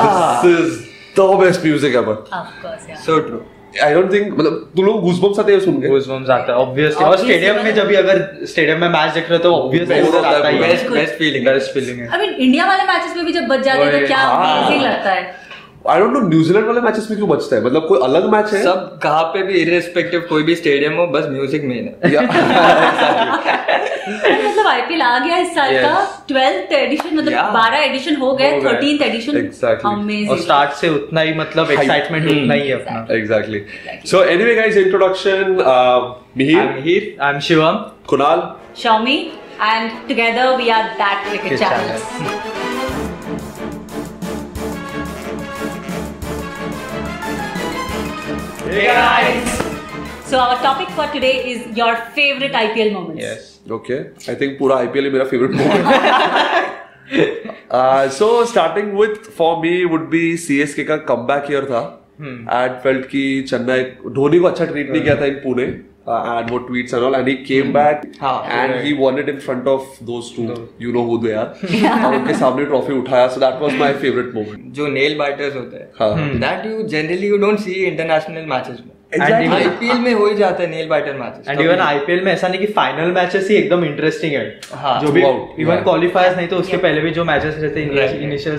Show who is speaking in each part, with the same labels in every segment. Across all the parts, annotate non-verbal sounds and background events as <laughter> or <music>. Speaker 1: This is the best music ever
Speaker 2: of course yeah
Speaker 1: so true I don't think मतलब तुम लोग goosebumps आते हैं सुन के
Speaker 3: गूजबम्स आता है ऑब्वियसली और
Speaker 2: Obviously,
Speaker 3: स्टेडियम में
Speaker 2: मतलब-
Speaker 3: जब भी अगर स्टेडियम में मैच देख रहे हो तो
Speaker 1: Best
Speaker 3: ऑब्वियसली
Speaker 1: होता है
Speaker 3: आता ही है
Speaker 1: best-
Speaker 2: best
Speaker 3: feeling best feeling है
Speaker 2: आई मीन इंडिया वाले मैचेस में भी जब बच जाते हैं तो
Speaker 3: वही,
Speaker 2: क्या
Speaker 1: हाँ।
Speaker 2: अमेजिंग लगता है
Speaker 1: आई डोंट नो न्यूजीलैंड वाले मैचेस में क्यों बचता है मतलब कोई अलग मैच है
Speaker 4: सब कहाँ पे भी इरेस्पेक्टिव कोई भी स्टेडियम हो बस म्यूजिक मेन है
Speaker 1: या- <laughs>
Speaker 2: अरे मतलब आईपीएल आ गया इस साल का 12th एडिशन मतलब
Speaker 4: Yeah.
Speaker 2: 12 एडिशन हो गए
Speaker 1: हो गए।
Speaker 2: 13th edition
Speaker 1: Exactly.
Speaker 3: और
Speaker 2: अमेजिंग
Speaker 3: स्टार्ट से उतना ही मतलब
Speaker 1: Hype.
Speaker 3: Excitement
Speaker 4: Hmm.
Speaker 3: उतना ही है अपना
Speaker 1: Exactly. So anyway, guys, introduction. Uh,
Speaker 3: I'm
Speaker 1: Mihir,
Speaker 3: Mihir, I'm Shivam.
Speaker 1: Kunal.
Speaker 2: शॉमी and together we are that cricket
Speaker 3: Cricket
Speaker 2: channel so our topic for today is your favourite IPL moments
Speaker 3: Yes.
Speaker 1: Okay. I think pura IPL is my favorite moment. uh, so starting with for me would be CSK का comeback year था. And felt कि चेन्नई धोनी को अच्छा treat नहीं किया था in Uh, Pune and वो tweets and all and he came back
Speaker 3: हाँ,
Speaker 1: and he won it in front of those to you know who they are और उनके सामने ट्रॉफी उठाया so that was my favourite moment
Speaker 4: जो nail biters होते
Speaker 1: हाँ।
Speaker 4: हैं that you generally you don't see international matches में
Speaker 3: Exactly.
Speaker 4: IPL में हो ही जाता है nail biter matches
Speaker 3: and even IPL में ऐसा नहीं कि फाइनल मैचेस ही एकदम इंटरेस्टिंग है
Speaker 4: हाँ,
Speaker 3: जो भी
Speaker 1: throughout,
Speaker 3: इवन
Speaker 1: yeah.
Speaker 3: क्वालिफायर्स नहीं तो उसके
Speaker 2: Yeah.
Speaker 3: पहले भी जो मैचेस रहते
Speaker 4: Right.
Speaker 3: हैं इनिशियल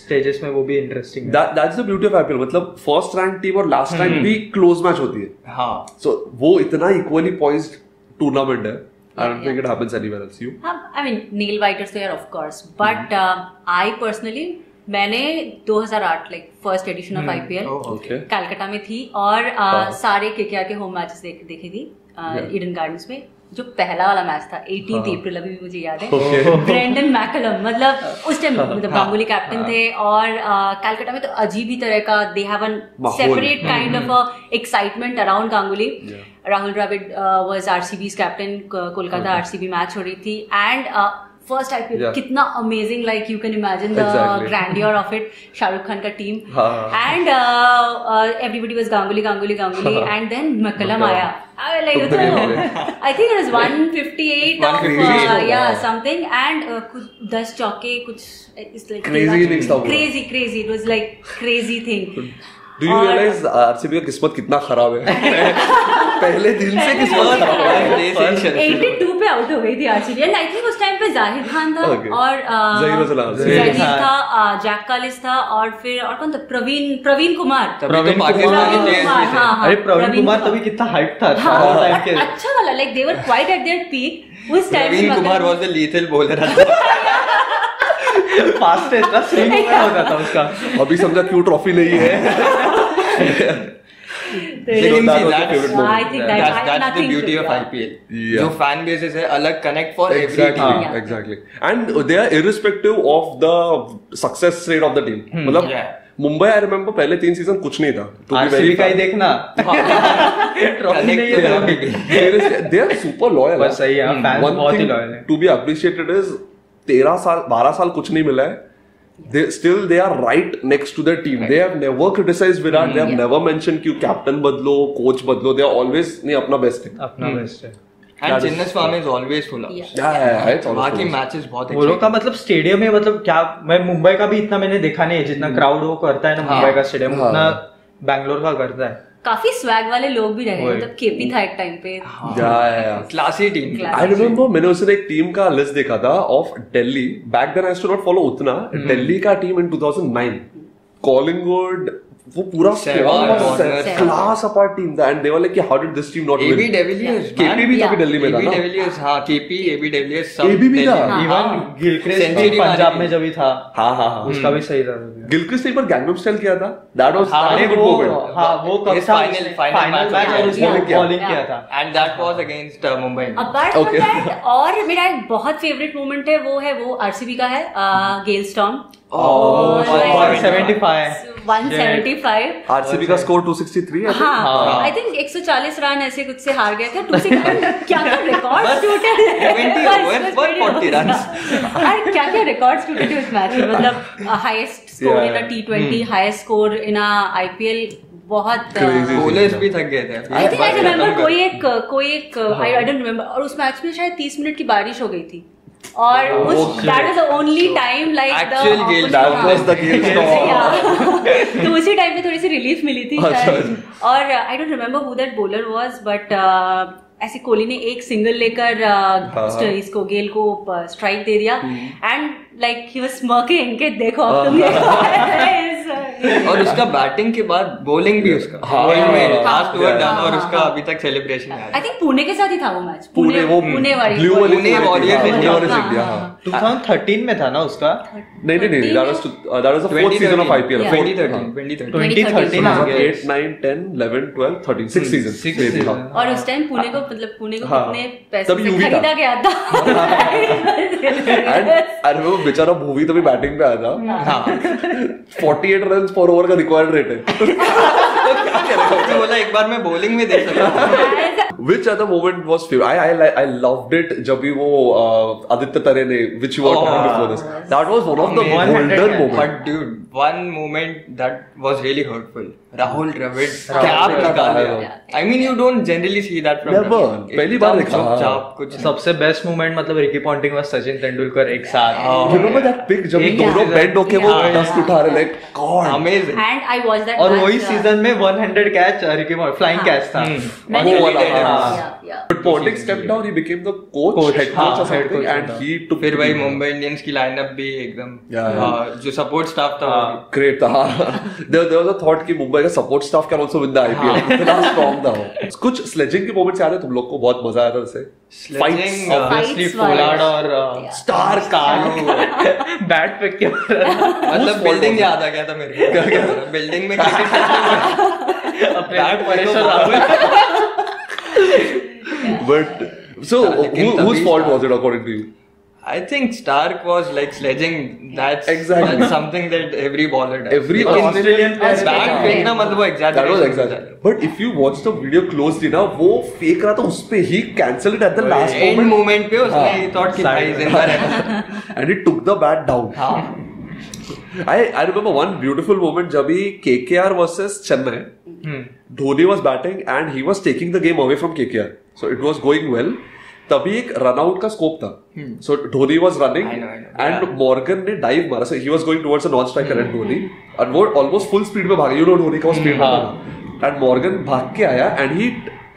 Speaker 3: स्टेजेस में वो भी इंटरेस्टिंग है
Speaker 1: that that's the beauty of IPL मतलब फर्स्ट रैंक टीम और लास्ट रैंक भी क्लोज मैच होती है
Speaker 4: हाँ
Speaker 1: So वो इतना इक्वली पॉइज्ड टूर्नामेंट है I don't think it happens anywhere else you
Speaker 2: I mean nail biters तो यार of course but I personally uh, मैंने 2008 like first edition of IPL
Speaker 1: okay
Speaker 2: Calcutta में थी और अ,
Speaker 1: हाँ।
Speaker 2: सारे केकेआर के होम मैचेस देख, देखे
Speaker 1: Yeah. हाँ.
Speaker 2: थी ईडन गार्डन्स में जो पहला वाला मैच था 18th अप्रैल अभी भी मुझे याद है <laughs>
Speaker 1: ओके
Speaker 2: ब्रेंडन मैकलम मतलब
Speaker 1: हाँ.
Speaker 2: उस टाइम मतलब गांगुली कैप्टन थे और अ, कलकत्ता में तो अजीब ही तरह का दे हैव एन
Speaker 1: माहौल। Mm-hmm.
Speaker 2: Separate kind of excitement around Ganguly
Speaker 1: Yeah.
Speaker 2: Rahul Dravid was RCB's captain Kolkata RCB match हो रही थी uh, and first IPL
Speaker 1: Yeah.
Speaker 2: कितना amazing like you can imagine the
Speaker 1: Exactly.
Speaker 2: Grandeur of it Shahrukh Khan का
Speaker 1: <laughs>
Speaker 2: टीम
Speaker 1: हाँ।
Speaker 2: And uh, everybody was Ganguly Ganguly
Speaker 1: <laughs>
Speaker 2: Ganguly and then McCullum आया like
Speaker 1: तो देखो।
Speaker 2: I think it was 158 of
Speaker 4: 158 होगा।
Speaker 2: या समथिंग एंड कुछ दस चौके कुछ इस लाइक
Speaker 1: Crazy innings था पूरा।
Speaker 2: Crazy crazy it was like crazy thing
Speaker 1: do you realise RCB का किस्मत कितना खराब है <laughs> पहले दिन से किस्मत खराब है
Speaker 2: एटी टू पे आउट हो गई थी आरसीबी एंड आई थिंक उस टाइम पे जाहिद खान था
Speaker 1: Okay.
Speaker 2: और अह,
Speaker 1: जहीर उस नाम से।
Speaker 2: जहीर
Speaker 3: जहीर खान।
Speaker 2: था अह, जैक कालिस था और फिर और कौन था प्रवीण प्रवीण कुमार
Speaker 4: तभी
Speaker 3: प्रवीण
Speaker 4: तो
Speaker 3: कुमार-
Speaker 4: पाकिस्तान के players भी थे।
Speaker 2: हाँ, हाँ,
Speaker 3: अरे प्रवीण
Speaker 2: प्रवीण
Speaker 3: कुमार
Speaker 2: कुमार।
Speaker 3: तभी कितना हाइप था
Speaker 2: हाँ,
Speaker 3: उस
Speaker 2: और
Speaker 3: time के
Speaker 2: अच्छा वाला like they were quite at their peak उस मतलब time
Speaker 4: Praveen Kumar was the lethal <laughs> bowler
Speaker 3: fastest था
Speaker 2: <laughs>
Speaker 3: स्विंग हो जाता उसका
Speaker 1: अभी समझा क्यों ट्रॉफी नहीं है
Speaker 2: I think that- I have
Speaker 4: that's the
Speaker 2: nothing to-
Speaker 4: beauty of
Speaker 2: yeah.
Speaker 4: IPL
Speaker 1: Yeah.
Speaker 4: जो फैन बेसिस है अलग connect for every
Speaker 1: exactly
Speaker 2: Yeah.
Speaker 1: Exactly and they are irrespective of the success rate of the team मतलब
Speaker 4: yeah.
Speaker 1: Mumbai I remember पहले तीन season कुछ नहीं था to be very
Speaker 3: RCB का ही
Speaker 1: frank.
Speaker 3: देखना <laughs> ट्रॉफी नहीं है
Speaker 4: हाँ। Connect
Speaker 3: trophy।
Speaker 1: they are super loyal
Speaker 3: बस सही है,
Speaker 1: Hmm.
Speaker 3: fans
Speaker 1: One
Speaker 3: बहुत ही
Speaker 1: thing
Speaker 3: loyal हैं।
Speaker 1: to be appreciated is 13 साल 12 साल कुछ नहीं मिला है they still they are right next to their team they have never criticized virat
Speaker 3: Hmm.
Speaker 1: they have
Speaker 2: Yeah.
Speaker 1: never mentioned कि captain बदलो coach बदलो they are always नहीं अपना best है
Speaker 3: अपना
Speaker 4: हम्म।
Speaker 3: बेस्ट है
Speaker 4: and Chinnaswamy is always full
Speaker 2: Yeah.
Speaker 1: yeah, yeah, yeah, it's always
Speaker 4: बाकी
Speaker 1: close.
Speaker 4: मैचेस बहुत
Speaker 3: वो लोग का मतलब स्टेडियम में मतलब क्या मैं मुंबई का भी इतना मैंने देखा नहीं है जितना क्राउड वो करता है ना
Speaker 4: हम्म। हाँ,
Speaker 3: मुंबई का स्टेडियम
Speaker 1: हाँ।
Speaker 3: उतना बैंगलोर का करता है
Speaker 2: काफी स्वैग वाले लोग भी रहे
Speaker 3: वही।
Speaker 2: मतलब केपी था एक टाइम पे
Speaker 1: हाँ। yeah, yeah, yeah.
Speaker 4: Classy team
Speaker 2: Classy.
Speaker 1: I remember मैंने उस दिन एक टीम का लिस्ट देखा था of Delhi back then I too not follow उतना
Speaker 3: Hmm.
Speaker 1: दिल्ली का टीम इन 2009 कॉलिंगवुड वो पूरा
Speaker 4: Sehwag, Warner.
Speaker 1: Class apart team था and they were like how did this team not
Speaker 4: AB
Speaker 1: win
Speaker 4: de Villiers
Speaker 1: KP भी
Speaker 2: Yeah.
Speaker 1: तभी दिल्ली में था
Speaker 4: एबी
Speaker 1: ना
Speaker 4: डेविलियर्स हां केपी एबी डेविलियर्स
Speaker 1: AB भी था। हाँ,
Speaker 3: इवन गिलक्रिस्ट
Speaker 4: Century
Speaker 3: भी पंजाब
Speaker 4: मारी
Speaker 3: में जब ही था
Speaker 1: हाँ हाँ हाँ
Speaker 3: उसका भी सही था
Speaker 1: गिलक्रिस्ट ने एक बार गैंगनम स्टाइल किया था दैट वाज
Speaker 3: हाँ, अरे
Speaker 1: दैट
Speaker 3: वो
Speaker 1: मोमेंट
Speaker 3: हाँ वो कब
Speaker 4: Yes,
Speaker 3: था
Speaker 4: final- final
Speaker 3: final
Speaker 4: match
Speaker 3: match
Speaker 2: था।
Speaker 3: और उसने
Speaker 1: Bowling किया।
Speaker 3: बॉलिंग किया था
Speaker 2: हाँ।
Speaker 4: And that was against Mumbai
Speaker 2: apart from
Speaker 1: Okay.
Speaker 2: That और मेरा एक बहुत फेवरेट मोमेंट है वो है वो आरसीबी का है गेल स्टॉम
Speaker 3: और
Speaker 2: like-
Speaker 3: 175
Speaker 2: 175
Speaker 1: आरसीबी का स्कोर 263 है
Speaker 2: हाँ आई थिंक 140 रन ऐसे कुछ से हार गए थे 260 क्या क्या रिकॉर्ड टूटे थे।
Speaker 4: 20
Speaker 2: बस,
Speaker 4: overs,
Speaker 2: बस 20
Speaker 4: 140 runs.
Speaker 2: <laughs> overs। और क्या क्या रिकॉर्ड्स टूटे थे उस मैच में मतलब हाईएस्ट स्कोर इन अ टी20 highest score in a IPL बहुत uh,
Speaker 1: Crazy.
Speaker 4: बोलर्स भी थक गए थे
Speaker 2: I think uh, I remember कोई एक कोई एक आई डोंट रिमेम्बर और उस मैच में शायद 30 मिनट की बारिश हो गई थी और
Speaker 1: Oh,
Speaker 2: उस
Speaker 1: okay.
Speaker 2: That is the only time like
Speaker 4: Actual guilt,
Speaker 1: That was the guilt storm.
Speaker 2: <laughs> तो उसी टाइम पे थोड़ी सी रिलीफ मिली थी
Speaker 1: अच्छा,
Speaker 2: शायद। और uh, I don't remember who that bowler was but uh, ऐसे कोहली ने एक सिंगल लेकर uh,
Speaker 1: हाँ। हम्म।
Speaker 2: स्ट- इसको गेल को स्ट्राइक दे दिया and like he was <laughs> smirking के देखो
Speaker 1: हाँ।
Speaker 2: अब तुम ये-
Speaker 4: और उसका बैटिंग के बाद बॉलिंग भी उसका
Speaker 1: हाँ, हाँ,
Speaker 4: लास्ट
Speaker 1: हाँ,
Speaker 4: ओवर डन
Speaker 2: हाँ,
Speaker 4: और
Speaker 2: हाँ,
Speaker 4: उसका
Speaker 2: हाँ।
Speaker 4: अभी तक सेलिब्रेशन
Speaker 2: आई थिंक पुणे के साथ ही था वो मैच
Speaker 1: पुणे वो
Speaker 2: पुणे वाली
Speaker 1: ब्लू वाली
Speaker 4: पुणे
Speaker 1: टीम
Speaker 4: Warriors
Speaker 1: थी,
Speaker 4: India।
Speaker 1: हाँ, Warriors
Speaker 2: हाँ,
Speaker 1: India,
Speaker 2: हाँ,
Speaker 1: हाँ।
Speaker 3: 2013 में था ना उसका
Speaker 1: नहीं नहीं नहीं that was uh, that was the fourth season of IPL. fourth, हाँ.
Speaker 4: 2013 2013
Speaker 3: 2013
Speaker 2: हाँ,
Speaker 3: आ गया
Speaker 1: 8, 9, 10, 11, 12, 13, six seasons,
Speaker 4: six
Speaker 1: maybe,
Speaker 4: season,
Speaker 1: हाँ.
Speaker 2: और उस टाइम पुणे को मतलब पुणे को
Speaker 1: हाँ।
Speaker 2: कितने पैसे
Speaker 1: तभी
Speaker 2: से
Speaker 1: UV था।
Speaker 2: खरीदा गया <laughs> था
Speaker 1: <laughs> And I remember बेचारा भूवी तभी बैटिंग पे आया था
Speaker 4: हाँ
Speaker 1: 48 रन पर ओवर का रिक्वायर्ड रेट है
Speaker 4: तो <laughs> क्या करें? सबने बोला एक बार मैं बॉलिंग में दे सकता हूँ
Speaker 1: which other moment was favourite I I I loved it जब भी वो uh, आदित्य तरे ने which you were talking before this that was one of the
Speaker 3: Amazing.
Speaker 1: Golden
Speaker 3: 100
Speaker 1: moment
Speaker 4: But dude, one moment that was really hurtful. Rahul Dravid,
Speaker 3: Rahul
Speaker 4: चाप
Speaker 1: Dravid.
Speaker 4: निकाल
Speaker 1: Yeah.
Speaker 4: दिया. I mean, you don't generally see that from
Speaker 1: Never.
Speaker 4: Dravid.
Speaker 1: पहली बार देखा,
Speaker 4: एकदम चुप
Speaker 1: हाँ।
Speaker 4: चाप कुछ नहीं।
Speaker 3: सबसे बेस्ट मूवमेंट मतलब रिकी पॉन्टिंग और सचिन तेंदुलकर एक साथ
Speaker 4: हाँ।
Speaker 1: रिमेंबर दैट पिक जब
Speaker 3: एक
Speaker 1: दोनों
Speaker 4: season.
Speaker 1: बेंड होके वो
Speaker 4: Yeah.
Speaker 1: डस्ट उठा रहे like god
Speaker 4: Amazing.
Speaker 2: And I watch that
Speaker 3: और वही सीजन में 100 कैच रिकी फ्लाइंग कैच था
Speaker 1: वो वाला, हाँ.
Speaker 2: था
Speaker 1: But Ponting stepped down, he became the coach,
Speaker 3: Coach,
Speaker 1: head coach
Speaker 3: हाँ,
Speaker 1: or
Speaker 3: head
Speaker 1: something,
Speaker 3: coach
Speaker 1: and
Speaker 3: होता।
Speaker 1: he took
Speaker 4: फिर
Speaker 1: the
Speaker 4: भाई
Speaker 1: team.
Speaker 4: मुंबई इंडियंस की लाइनअप भी एकदम
Speaker 1: Yeah, yeah.
Speaker 4: हाँ, जो सपोर्ट स्टाफ
Speaker 3: तो,
Speaker 4: था वो भी।
Speaker 1: ग्रेट था there there was a thought कि मुंबई का support staff can also win the <laughs> IPL इतना स्ट्रांग था वो कुछ स्लेजिंग के मोमेंट्स याद है तुम लोग को बहुत मजा आया था जैसे
Speaker 4: Sledging,
Speaker 1: fights
Speaker 4: uh,
Speaker 3: obviously
Speaker 2: Fights वाला।
Speaker 3: पोलार्ड और
Speaker 1: uh, स्टार
Speaker 3: बैट पे क्या
Speaker 4: मतलब बिल्डिंग याद आ गया था मेरे को बिल्डिंग में
Speaker 3: अपने
Speaker 4: Bat
Speaker 3: परेश
Speaker 4: फेंको।
Speaker 3: रावल <laughs>
Speaker 1: बट सो
Speaker 4: हाँ। लेकिन
Speaker 1: whose
Speaker 4: तभी
Speaker 1: fault
Speaker 4: star-
Speaker 1: was it according to you
Speaker 4: I think Stark was like sledging that's
Speaker 1: Exactly.
Speaker 4: Something that every bowler does
Speaker 1: Every
Speaker 3: Australian
Speaker 2: player-
Speaker 3: player
Speaker 4: bat फेंकना मतलब वो
Speaker 1: That was
Speaker 4: exaggeration हो जाता है।
Speaker 1: exaggeration. But if you watch the video closely ना वो फेंक रहा था उस पे ही cancel it at the last
Speaker 4: and
Speaker 1: moment
Speaker 4: moment पे उसने
Speaker 1: हाँ।
Speaker 4: थॉट कि भाई
Speaker 3: Side.
Speaker 4: जिंदा रहना
Speaker 1: and it took the bat down
Speaker 4: हाँ
Speaker 1: I, I remember one beautiful moment जब ही KKR versus Chennai.
Speaker 3: Hmm।
Speaker 1: Dhoni was batting and he was taking the game away from KKR. So it was going well. तभी एक run out का scope था so Dhoni was running
Speaker 4: Hmm. I know, I know.
Speaker 1: And Morgan ने dive मारा so he was going towards a non striker
Speaker 4: Hmm.
Speaker 1: And Dhoni और वो almost full speed में भागा यू नो धोनी का वो स्पीड
Speaker 4: हाँ.
Speaker 1: था एंड मॉर्गन भाग के आया एंड ही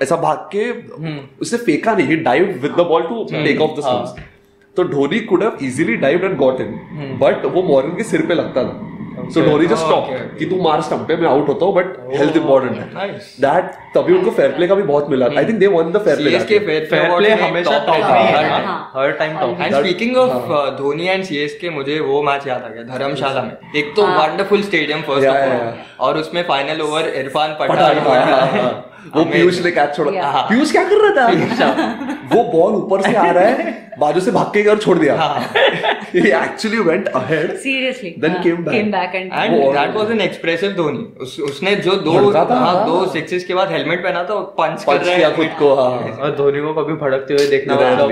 Speaker 1: ऐसा भाग के
Speaker 4: Hmm.
Speaker 1: उसने फेंका नहीं he dive with the ball to take off the
Speaker 4: हाँ.
Speaker 1: स्टम्प्स तो Dhoni could have easily dive and got in but वो मॉर्गन के सिर पे लगता था so Dhoni just
Speaker 4: Oh,
Speaker 1: stop
Speaker 4: Hmm. okay, okay.
Speaker 1: कि तू मार स्टंप पे मैं आउट होता हूँ बट
Speaker 4: Oh,
Speaker 1: हेल्थ इंपॉर्टेंट है
Speaker 4: नाइस
Speaker 1: दैट तभी उनको फेयर प्ले का भी बहुत मिला I think they won the fair play
Speaker 4: CSK fair
Speaker 3: fair play हमेशा टॉप
Speaker 2: top
Speaker 3: में
Speaker 2: में
Speaker 3: है
Speaker 2: है,
Speaker 3: ना?
Speaker 2: हाँ।
Speaker 3: हर time top
Speaker 4: and speaking of
Speaker 1: हाँ।
Speaker 4: uh, धोनी एंड सीएसके मुझे वो मैच याद आ गया धर्मशाला में एक तो
Speaker 2: हाँ।
Speaker 4: Wonderful stadium first
Speaker 1: Yeah,
Speaker 4: of
Speaker 1: yeah,
Speaker 4: all और उसमें फाइनल ओवर इरफान पठान
Speaker 1: पठान हाँ, वो
Speaker 4: Amazing. हाँ।
Speaker 1: पीयूष ने कैच छोड़ा
Speaker 2: Yeah.
Speaker 1: पीयूष क्या कर रहा था वो बॉल ऊपर से आ रहा है बाजू से भाग के गया और छोड़ दिया
Speaker 4: हाँ।
Speaker 1: <laughs> ही actually went ahead
Speaker 2: seriously
Speaker 1: Then came back.
Speaker 2: Came back and
Speaker 4: and
Speaker 1: वो-
Speaker 4: that was an expressive Dhoni उस, उसने जो दो
Speaker 1: भड़का था,
Speaker 4: हाँ,
Speaker 1: हाँ।
Speaker 4: दो सिक्सेस के बाद हेलमेट पहना था और पंच कर
Speaker 1: पंच
Speaker 4: रहा
Speaker 1: किया
Speaker 4: है
Speaker 1: खुद को हाँ
Speaker 3: और धोनी को कभी भड़कते हुए देखना मतलब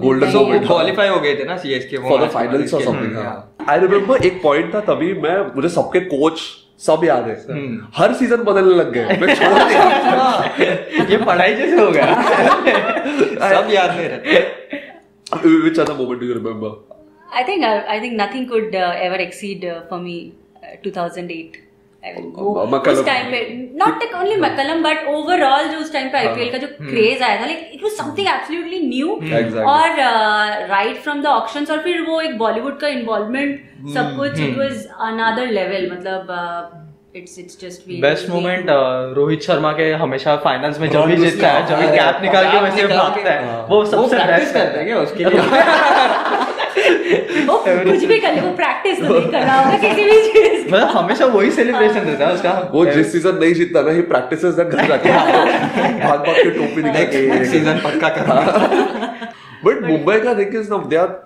Speaker 1: गोल्डन
Speaker 4: So, तो Hmm, वो
Speaker 1: मोमेंट
Speaker 4: क्वालिफाई हो गए थे ना सीएसके
Speaker 1: फॉर द फाइनल्स और समथिंग आई रिमेम्बर हाँ। एक पॉइंट था तभी मैं मुझे सबके कोच सब याद है
Speaker 4: Hmm.
Speaker 1: हर सीजन बदलने लग गए मैं छोड़ दिया
Speaker 4: <laughs>
Speaker 3: ये पढ़ाई जैसे हो गया <laughs>
Speaker 4: सब याद नहीं रहता
Speaker 1: <laughs> which other moment do you remember
Speaker 2: I think I think nothing could ever exceed for me uh, 2008 I mean, वो
Speaker 1: अ- मक्कलम।
Speaker 2: उस टाइम पे not take
Speaker 1: Hmm.
Speaker 2: Only McCullum but overall जो उस टाइम पे आईपीएल का जो craze आया था like it was something absolutely new
Speaker 1: Hmm. Exactly.
Speaker 2: और राइट फ्रॉम द ऑक्शंस और फिर वो एक बॉलीवुड का इन्वॉल्वमेंट
Speaker 1: Hmm.
Speaker 2: सब कुछ इट वाज अनदर लेवल मतलब it's it's just
Speaker 3: best moment uh, Rohit Sharma के हमेशा फाइनल्स में जब भी
Speaker 1: Round
Speaker 3: जीतता है जब भी
Speaker 1: उसका-
Speaker 3: कैप निकाल के
Speaker 4: Cap
Speaker 3: वैसे
Speaker 4: निकाल के- हाँ।
Speaker 3: भागता है वो
Speaker 4: वो
Speaker 3: सबसे
Speaker 4: प्रैक्टिस
Speaker 3: बेस्ट
Speaker 4: करते हैं क्या उसके लिए
Speaker 1: <laughs>
Speaker 2: वो कुछ भी कर ले वो प्रैक्टिस तो नहीं कर रहा होगा किसी भी चीज
Speaker 3: <laughs> मतलब हमेशा वही सेलिब्रेशन रहता है उसका
Speaker 1: वो जिस सीजन नहीं जीतता ना ये प्रैक्टिस घर
Speaker 4: <laughs>
Speaker 1: जाके भाग भाग के टोपी निकाल
Speaker 4: नेक्स्ट सीजन
Speaker 1: <laughs>
Speaker 4: पक्का करा
Speaker 1: बट मुंबई का देखिए ना दे आर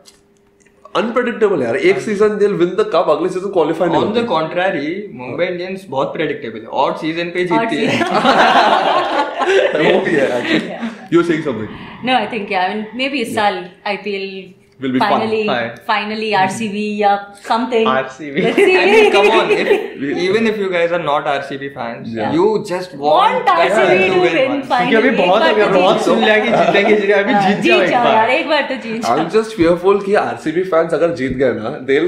Speaker 1: अनप्रेडिक्टेबल यार
Speaker 4: हाँ।
Speaker 1: एक season they win the cup अगले सीजन क्वालिफाई नहीं
Speaker 4: ऑन द
Speaker 1: होते।
Speaker 4: कॉन्ट्रारी मुंबई इंडियंस बहुत प्रेडिक्टेबल है और सीजन
Speaker 1: <laughs>
Speaker 4: पे जीतती है
Speaker 2: season.
Speaker 1: वो भी है you saying something
Speaker 2: no I think I mean maybe इस साल IPL
Speaker 1: will be
Speaker 2: finally,
Speaker 3: Hi.
Speaker 2: finally RCB or something.
Speaker 3: RCB.
Speaker 2: Let's see.
Speaker 4: I mean, come on.
Speaker 1: <laughs>
Speaker 2: <laughs>
Speaker 4: If, even if you guys are not RCB fans,
Speaker 1: Yeah.
Speaker 4: you just
Speaker 2: Want
Speaker 4: want, that
Speaker 2: RCB
Speaker 4: team
Speaker 2: to
Speaker 4: win
Speaker 2: win
Speaker 4: once.
Speaker 3: क्योंकि
Speaker 2: finally.
Speaker 3: अभी बहुत
Speaker 2: एक
Speaker 3: अभी
Speaker 2: बार तो
Speaker 3: बहुत
Speaker 2: जीत
Speaker 3: सुन लिया कि जीतेंगे जीतेंगे अभी
Speaker 2: हाँ,
Speaker 3: जीत जाओ एक
Speaker 2: यार
Speaker 3: बार
Speaker 2: एक बार तो जीत
Speaker 1: आई एम <laughs>
Speaker 2: जाओ
Speaker 1: जस्ट fearful कि आरसीबी फैंस अगर जीत गए ना they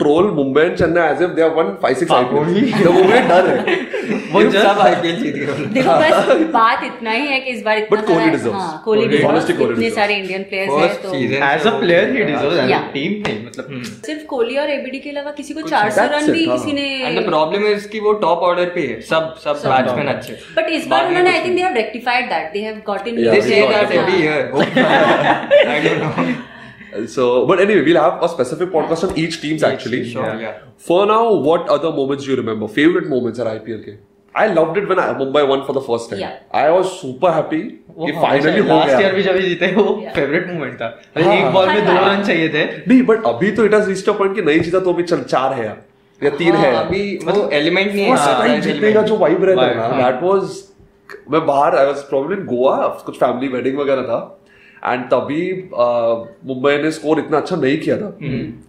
Speaker 1: troll Mumbai and Chennai as if they have won 5 6
Speaker 3: पागल
Speaker 1: आईपीएल तो वो मुझे डर है
Speaker 4: <laughs>
Speaker 3: वो
Speaker 4: ये सब
Speaker 3: जस्ट
Speaker 4: आईपीएल जीत गए उन्होंने।
Speaker 2: देखो बस बात इतना ही है कि इस बार इतना
Speaker 1: But Kohli
Speaker 2: सारा-
Speaker 1: deserves.
Speaker 2: हाँ, Kohli
Speaker 1: Kohli- honestly,
Speaker 2: deserve
Speaker 1: Kohli
Speaker 2: इतने
Speaker 1: deserves.
Speaker 2: सारे इंडियन प्लेयर्स हैं
Speaker 4: First
Speaker 2: तो
Speaker 4: season
Speaker 3: एज अ
Speaker 4: से वो-
Speaker 3: प्लेयर ही डिजर्व्स
Speaker 2: Yeah.
Speaker 3: टीम नहीं
Speaker 4: Hmm.
Speaker 3: मतलब
Speaker 2: सिर्फ कोहली और एबीडी के अलावा किसी को 400
Speaker 1: that's
Speaker 2: रन भी
Speaker 1: it, हाँ।
Speaker 2: किसी
Speaker 4: And the
Speaker 2: ने
Speaker 4: problem is कि वो top order पे है सब सब बैट्समैन अच्छे
Speaker 2: बट इस बार उन्होंने I think they have rectified that they have gotten
Speaker 1: Yeah,
Speaker 4: they
Speaker 1: they
Speaker 4: से
Speaker 1: got
Speaker 4: दैट
Speaker 1: it.
Speaker 2: हाँ।
Speaker 4: Every year I don't know
Speaker 1: So, but anyway, we'll have a specific podcast on each teams actually.
Speaker 4: team, sure, yeah.
Speaker 1: For now, what other moments do you remember? Favorite moments at IPL के? I loved it when I, Mumbai won for the first time.
Speaker 2: Yeah.
Speaker 1: I was super happy कि
Speaker 3: finally
Speaker 1: finally हो
Speaker 3: last year भी
Speaker 1: गया.
Speaker 3: जब ये जीते वो
Speaker 2: Yeah.
Speaker 3: Favourite moment था
Speaker 1: हाँ।
Speaker 3: अरे एक बॉल में दो
Speaker 2: हाँ।
Speaker 3: रन चाहिए थे
Speaker 1: नहीं, but अभी तो it has reached a point कि नहीं जीता तो अभी चल चार है यार या तीन है यार.
Speaker 4: हाँ, अभी वो एलिमेंट नहीं
Speaker 1: वो
Speaker 4: है हाँ,
Speaker 1: सताई
Speaker 4: surprise
Speaker 1: जीतने का
Speaker 4: element।
Speaker 1: जो वाइब रहता है
Speaker 3: Vibe,
Speaker 1: ना
Speaker 3: हाँ।
Speaker 1: that was मैं बाहर I was probably in Goa कुछ फैमिली वेडिंग वगैरह था एंड तभी अह, मुंबई ने स्कोर इतना अच्छा नहीं किया था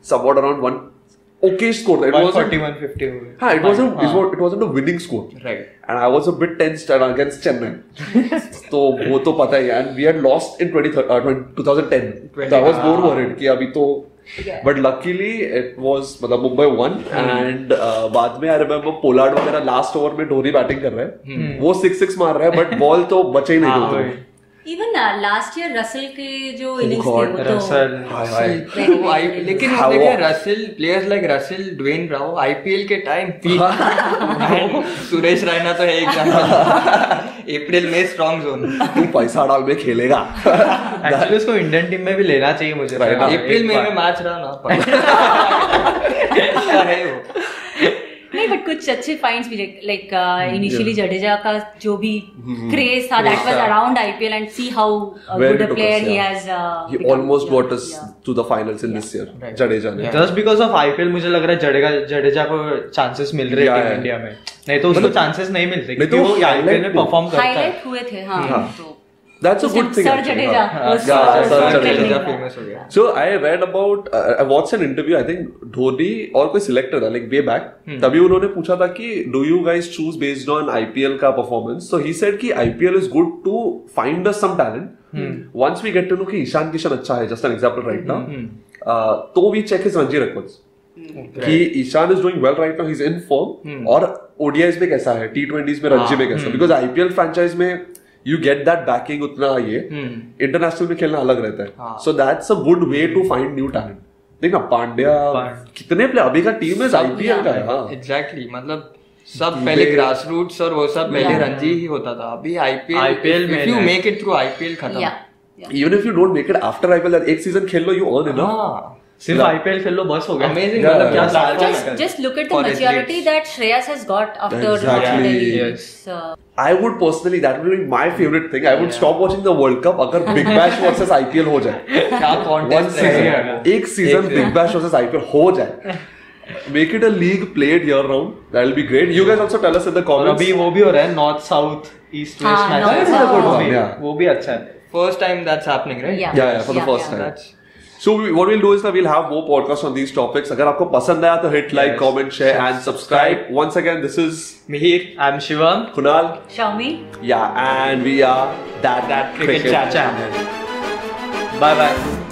Speaker 1: somewhat around one okay score था इट वाज
Speaker 3: 140 150 हो गए
Speaker 1: हाँ it was it was a winning score
Speaker 4: Right.
Speaker 1: And I was a bit tensed against
Speaker 4: <laughs>
Speaker 1: Chennai तो वो तो पता ही and we had lost in 20 uh, 20 2010
Speaker 4: 20,
Speaker 1: I was more
Speaker 4: हाँ।
Speaker 1: वरीड कि अभी तो
Speaker 2: Yeah.
Speaker 1: But luckily it was मतलब Mumbai won
Speaker 4: Hmm.
Speaker 1: And uh, बाद में आई रिमेम्बर पोलार्ड वगैरह लास्ट ओवर में धोनी बैटिंग कर रहे हैं वो सिक्स सिक्स मार रहा
Speaker 4: <laughs>
Speaker 1: है बट बॉल तो बचे ही नहीं
Speaker 4: Hmm. हाँ,
Speaker 1: दो
Speaker 4: वही।
Speaker 2: इवन लास्ट ईयर रसल के जो इनिंग्स थे
Speaker 1: Oh God,
Speaker 2: वो तो
Speaker 3: रसल।
Speaker 1: हाय हाय
Speaker 2: Right,
Speaker 4: वो
Speaker 2: right,
Speaker 4: I-
Speaker 2: right.
Speaker 4: लेकिन
Speaker 1: How-
Speaker 4: देखिए Russell players like Russell Dwayne Bravo IPL के टाइम पीक सुरेश रैना तो है एक अप्रैल में स्ट्रांग जोन
Speaker 1: तू पैसा डाल में खेलेगा
Speaker 3: एक्चुअली उसको इंडियन टीम में भी लेना चाहिए मुझे
Speaker 1: Right, हाँ,
Speaker 4: अप्रैल मई में मैच रहा ना पर- ऐसा है वो
Speaker 2: नहीं बट कुछ अच्छे फाइंड्स भी लाइक
Speaker 1: Mm,
Speaker 2: इनिशियली जडेजा का जो भी
Speaker 1: Mm-hmm.
Speaker 2: क्रेज था that was around IPL and see how
Speaker 1: Where
Speaker 2: good
Speaker 1: it
Speaker 2: a
Speaker 1: took
Speaker 2: player
Speaker 1: us,
Speaker 2: he
Speaker 1: yeah.
Speaker 2: Has
Speaker 1: he almost brought us to the finals in this year
Speaker 4: Right.
Speaker 1: jadeja ne
Speaker 3: just because of IPL मुझे लग रहा है जडेजा जडेजा को chances मिल रहे
Speaker 1: Yeah,
Speaker 3: हैं
Speaker 1: yeah.
Speaker 3: India में नहीं तो उसको
Speaker 1: मतलब-
Speaker 3: चांसेस नहीं मिलते
Speaker 1: नहीं
Speaker 3: क्योंकि
Speaker 1: तो
Speaker 3: वो आईपीएल में
Speaker 1: highlight भी-
Speaker 3: परफॉर्म करता है
Speaker 2: हाईलाइट हुए थे हां
Speaker 1: हाँ।
Speaker 2: तो
Speaker 1: that's a
Speaker 2: उसने
Speaker 1: good thing
Speaker 2: sir
Speaker 1: actually,
Speaker 2: Jadeja
Speaker 1: हाँ.
Speaker 2: वो
Speaker 1: Yeah,
Speaker 2: sir-
Speaker 1: sir
Speaker 2: sir
Speaker 1: Jadeja
Speaker 2: Jadeja
Speaker 4: famous हो गया।
Speaker 1: So I read about, uh, I watched an interview, I think Dhoni और कोई सिलेक्टर था like way back. तभी उन्होंने पूछा था कि do you guys choose based on IPL का performance? So he said कि IPL is good to find us some talent. Once we get to know कि ईशान किशन अच्छा है, just an example right now. uh, तो we check his Ranji records. कि Ishan is doing well right now he is in
Speaker 4: Hmm.
Speaker 1: Form और ODIs में कैसा है T में
Speaker 4: हाँ.
Speaker 1: रणजी में कैसा बिकॉज आईपीएल फ्रेंचाइज में यू गेट दैट बैकिंग उतना ये इंटरनेशनल में खेलना अलग रहता है
Speaker 4: Hmm. हाँ।
Speaker 1: So that's a good way to find new talent देखना पांड्या
Speaker 3: पांड्या।
Speaker 1: कितने प्लेयर अभी का टीम है
Speaker 4: सब
Speaker 1: आईपीएल का है हाँ
Speaker 4: एग्जैक्टली मतलब सब पहले ग्रास रूट्स और वो सब पहले
Speaker 2: Yeah.
Speaker 4: रणजी ही होता था अभी आईपीएल
Speaker 3: IPL में
Speaker 4: यू
Speaker 3: है।
Speaker 4: मेक इट थ्रू आईपीएल खत्म
Speaker 2: या
Speaker 1: even if you don't make it after IPL एक सीजन खेल लो यू अर्न इनफ
Speaker 4: हाँ
Speaker 3: सिर्फ आईपीएल खेल लो बस हो गया
Speaker 4: Amazing,
Speaker 1: मतलब क्या
Speaker 3: क्या platform
Speaker 2: just
Speaker 3: है।
Speaker 2: just look at the
Speaker 4: For
Speaker 2: maturity
Speaker 4: athletes.
Speaker 2: that Shreyas has got after
Speaker 1: Exactly.
Speaker 2: Delhi.
Speaker 3: Yes.
Speaker 2: It's, uh,
Speaker 1: I would personally that will be my favourite thing I would stop watching the world cup अगर Big Bash versus IPL हो जाए
Speaker 4: क्या
Speaker 1: one
Speaker 4: contest
Speaker 1: season एक season Big Bash versus IPL हो जाए make it a league played year round that will be great you guys also tell us in the
Speaker 3: और
Speaker 1: comments
Speaker 3: अभी वो भी हो रहा है नॉर्थ साउथ ईस्ट
Speaker 2: हाँ,
Speaker 3: वेस्ट
Speaker 2: North
Speaker 3: मैच
Speaker 2: South.
Speaker 3: वो भी
Speaker 1: Yeah.
Speaker 3: वो भी अच्छा है
Speaker 4: first time that's happening right
Speaker 2: yeah.
Speaker 1: yeah, yeah, for the first time.
Speaker 4: That's
Speaker 1: So we, what we'll do is that we'll have more podcasts on these topics. अगर आपको पसंद आया तो hit like,
Speaker 3: Yes.
Speaker 1: comment, share and subscribe. Once again, this is
Speaker 4: Mihir
Speaker 3: I am Shivam
Speaker 1: Kunal.
Speaker 2: Xiaomi.
Speaker 1: Yeah, and we are that that
Speaker 3: cricket channel bye bye